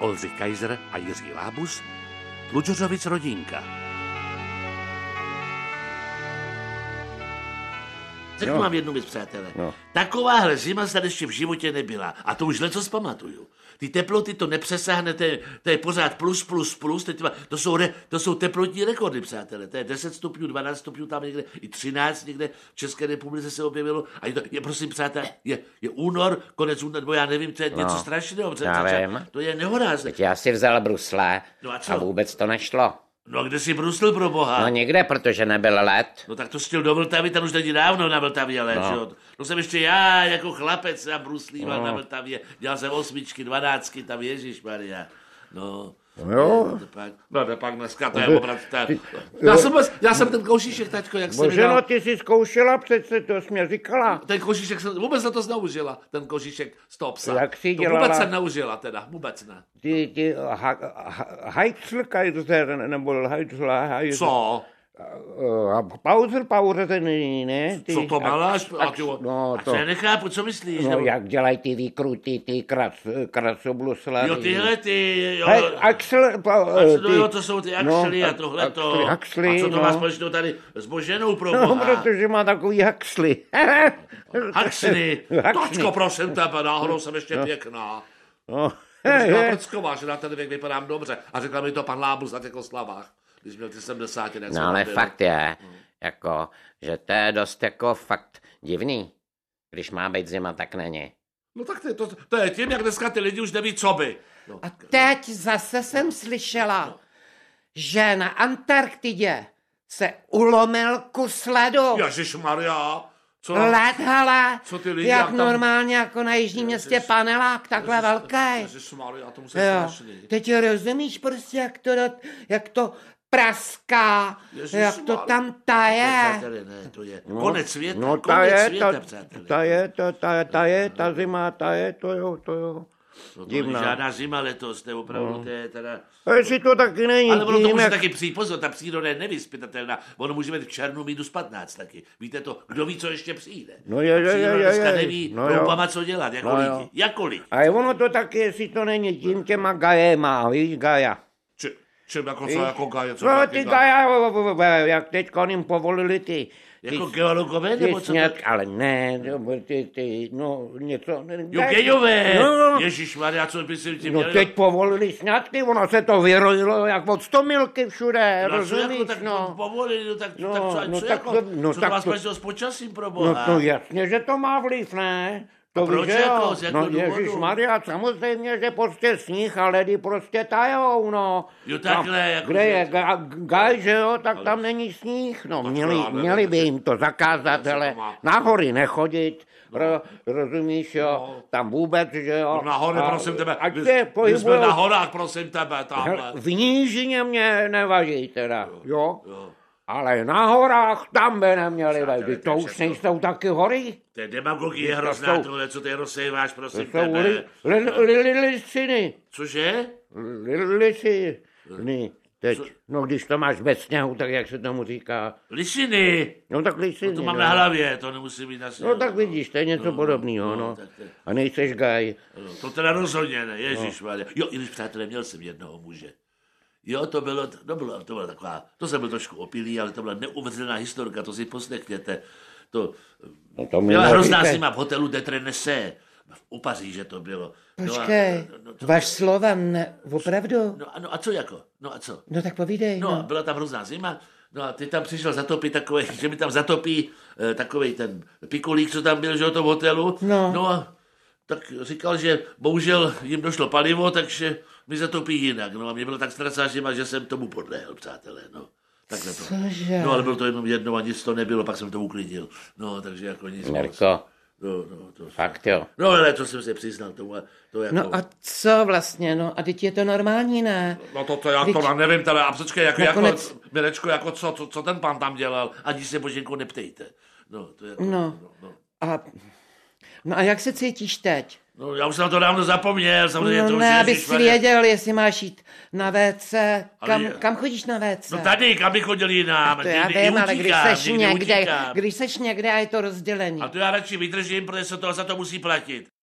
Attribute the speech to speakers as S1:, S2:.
S1: Olzy Kaiser a Jiří Lábus, Tlučořovic rodinka. Řeknu
S2: Jo.
S1: vám jednu věc, přátelé.
S2: No.
S1: Takováhle zima snad ještě v životě nebyla. A to už leco zpamatuju. Ty teploty to nepřesáhnete, to je pořád plus, plus, plus. Teď má, to, jsou re, to jsou teplotní rekordy, přátelé. To je 10 stupňů, 12 stupňů, tam někde i 13 někde v České republice se objevilo. A je, to, je prosím, přátelé, je, je únor, konec února, nebo já nevím, to je něco
S2: No.
S1: strašného.
S2: Já
S1: přátelé.
S2: vím.
S1: To je nehorázné.
S2: Já si vzal brusle
S1: No a co?
S2: a vůbec to nešlo.
S1: No a kde jsi brusl pro boha?
S2: No nikde, protože nebyl let.
S1: No tak to stěl do Vltavy, tam už není dávno na Vltavě, ale no.
S2: No.
S1: že jo. No jsem ještě já jako chlapec na bruslíval no.
S2: No.
S1: na Vltavě, dělal jsem osmičky, dvanáctky, tam Ježíš Maria. No.
S3: No jo.
S1: No to pak, no to pak dneska to je
S3: Ty-
S1: obrat. ta-
S3: ty-
S1: Já,
S3: jo.
S1: jsem, vás- já jsem ten košíšek, taťko, jak jsem
S3: Bože,
S1: dal,
S3: no ty jsi zkoušela přece, to jsi mě říkala.
S1: ten košíšek jsem, vůbec se to znaužila, ten košíšek z toho psa.
S2: Jak jsi
S1: to
S2: dělala?
S1: vůbec jsem naužila teda, vůbec ne.
S2: Ty, ty, ha, ha, Heizlkaiser, nebo Heizl, Heizl.
S1: Co?
S2: Eh, a Pauzer, pauzer, ten jiný, ne? Ty,
S1: Co to maláš? A, ty,
S2: no,
S1: a
S2: to-
S1: co já nechápu, co myslíš?
S2: No,
S1: nebo-
S2: jak dělají ty výkrutí, ty krac, krasobluslary.
S1: jo, tyhle ty, jo.
S2: Hej, Axel, pa,
S1: A
S2: eh,
S1: co, no jo, to jsou ty Axely no, a tohle to.
S2: Axely, Axely,
S1: a co to
S2: no.
S1: má společného tady s Boženou pro
S2: No,
S1: boha?
S2: protože má takový haxly.
S1: Axely,
S2: Axely.
S1: točko prosím tebe, náhodou jsem ještě pěkná.
S2: No,
S1: Já
S2: he,
S1: Říkala
S2: he.
S1: Prcková, že na ten věk vypadám dobře. A řekla mi to pan Lábus na těch oslavách, když měl ty 70, jak jsem
S2: no ale
S1: byl.
S2: fakt je,
S1: Mm.
S2: jako, že to je dost jako fakt divný. Když má být zima, tak není.
S1: No tak to, je- to, to je tím, jak dneska ty lidi už neví, co by. No.
S4: A teď zase jsem slyšela, že na Antarktidě se ulomil kus ledu.
S1: Ježíš Maria, co?
S2: No,
S4: Led, hele,
S1: Co ty lidi, jak
S4: jak
S1: tam-
S4: normálně jako na jižním městě
S1: Ježiš.
S4: panelák, takhle velký.
S1: Ježíš Maria, to musí
S4: Jo.
S1: strašný.
S4: Teď rozumíš prostě, jak to, do- jak to praská,
S1: Ježišmarja.
S4: jak to tam taje.
S1: Přátelé, ne, to je konec světa,
S2: No, ta
S1: konec
S2: je,
S1: světa,
S2: ta,
S1: přátelé.
S2: ta je, ta, ta, ta je, ta zima, ta je, to jo, to jo.
S1: No to
S2: Divná. No.
S1: není žádná zima letos, to je opravdu, to je teda...
S2: A jestli to taky není
S1: Ale ono to
S2: tím,
S1: může
S2: jak...
S1: taky přijít, pozor, ta příroda je nevyspytatelná. Ono může mít v černu minus 15 taky. Víte to, kdo ví, co ještě přijde.
S2: No je, je, je,
S1: Příroda
S2: je,
S1: dneska
S2: je.
S1: neví
S2: No
S1: no
S2: jo.
S1: doupama, co dělat, jako
S2: No jo.
S1: lidi. Jako lidi.
S2: A je ono to taky, jestli to není tím těma gajema, víš, gaja.
S1: Či, čím jako co, jako gaje, co
S2: No,
S1: taky
S2: ty
S1: ga-
S2: gaja, o, o, o, jak teďka jim povolili ty... ty
S1: Jako geologové,
S2: Ty
S1: nebo co to...
S2: sněd, ale ne, nebo ty, ty, no něco. Ne,
S1: Jo, gejové!
S2: No, no,
S1: Ježíš Maria, co by si tím
S2: no
S1: měli...
S2: teď povolili sňatky, ono se to vyrojilo jak od stomilky všude,
S1: No, co jako,
S2: rozumíš,
S1: tak no.
S2: no.
S1: povolili, no tak,
S2: No,
S1: tak co, a
S2: no,
S1: co,
S2: tak
S1: jako,
S2: to- no,
S1: co
S2: tak
S1: to má
S2: to-
S1: společného s počasím pro
S2: No
S1: boha?
S2: to jasně, že to má vliv, ne? To
S1: A proč
S2: víš, že
S1: jako,
S2: jo.
S1: z jakého
S2: No
S1: důvodu?
S2: Ježíš Maria, samozřejmě, že prostě sníh a ledy prostě tajou, no.
S1: Jo, takhle,
S2: Tam,
S1: jako
S2: kde
S1: že-
S2: je ga- gaj, že jo, tak tam není sníh, no.
S1: Tak to
S2: Měli,
S1: já nevím,
S2: měli by
S1: jestli-
S2: jim to zakázat,
S1: to
S2: ale
S1: má-
S2: na hory nechodit, ro, rozumíš, jo, tam vůbec, že jo.
S1: No nahoře,
S2: A-
S1: prosím tebe.
S2: Ať
S1: my-
S2: se
S1: my jsme na
S2: pohybujou.
S1: horách, prosím tebe, tamhle.
S2: V nížině mě nevadí teda, jo.
S1: Jo.
S2: Ale na horách tam by neměli
S1: Přátelé,
S2: být,
S1: to je
S2: to už
S1: všechno.
S2: nejsou taky hory.
S1: To je demagogie
S2: To
S1: hrozná,
S2: jsou-
S1: tohle, co ty rozsejváš, prosím
S2: To jsou li,
S1: tebe.
S2: li, li, li, lisiny.
S1: Cože?
S2: Li, lisiny. Teď, no když to máš bez sněhu, tak jak se tomu říká.
S1: Lišiny!
S2: No tak lisiny.
S1: To mám
S2: no.
S1: na hlavě, to nemusí být na sněhu.
S2: No tak vidíš, to je něco podobného, no.
S1: tak to je-
S2: A nejseš gaj.
S1: No, To teda rozhodně ne, ježiš, no. Jo, i když přátelé, měl jsem jednoho muže. Jo, to bylo, to bylo, to bylo taková, to jsem byl trošku opilý, ale to byla neuvěřitelná historka, to si poslechněte. To,
S2: No to mi
S1: byla hrozná
S2: neříkej.
S1: zima v hotelu de Trenese, u Paříže to bylo.
S4: Počkej,
S1: No a, no, to,
S4: vaš slova, ne, opravdu?
S1: no, a, no a co jako? No a co?
S4: No tak povídej,
S1: No,
S4: no.
S1: byla tam hrozná zima, no a ty tam přišel zatopit takový, že mi tam zatopí eh, takový ten pikolík, co tam byl, že o tom hotelu.
S4: No.
S1: no a tak říkal, že bohužel jim došlo palivo, takže mi zatopí jinak. No a mě bylo tak strašná zima, že jsem tomu podlehl, přátelé, no. Takhle to.
S4: Cože?
S1: No ale bylo to jenom jedno a nic to nebylo, pak jsem to uklidil. No, takže jako nic. moc.
S2: Mirko,
S1: No, no, to...
S2: fakt jo.
S1: No, ale to jsem se přiznal tomu, a to jako...
S4: No a co vlastně, no a teď je to normální, ne?
S1: No to, to já
S4: Vždyť-
S1: to mám, nevím, teda, a přečkej, jako,
S4: Nakonec-
S1: jako, Mirečko, jako co, co, co, ten pán tam dělal, ani se Boženko neptejte. No, to je,
S4: No.
S1: no,
S4: A, no a jak se cítíš teď?
S1: no, já už jsem na to dávno zapomněl, samozřejmě to
S4: No
S1: už
S4: ne,
S1: je,
S4: abys si
S1: ježišmarja.
S4: věděl, jestli máš jít na WC.
S1: Ale
S4: Kam,
S1: je-
S4: kam chodíš na WC?
S1: No tady, kam bych chodil jinam,
S4: To já
S1: někdy i
S4: vím, ale když
S1: utíkám,
S4: seš
S1: někdy
S4: někde,
S1: utíkám.
S4: když seš někde a je to rozdělený.
S1: A to já radši vydržím, protože se to za to musí platit.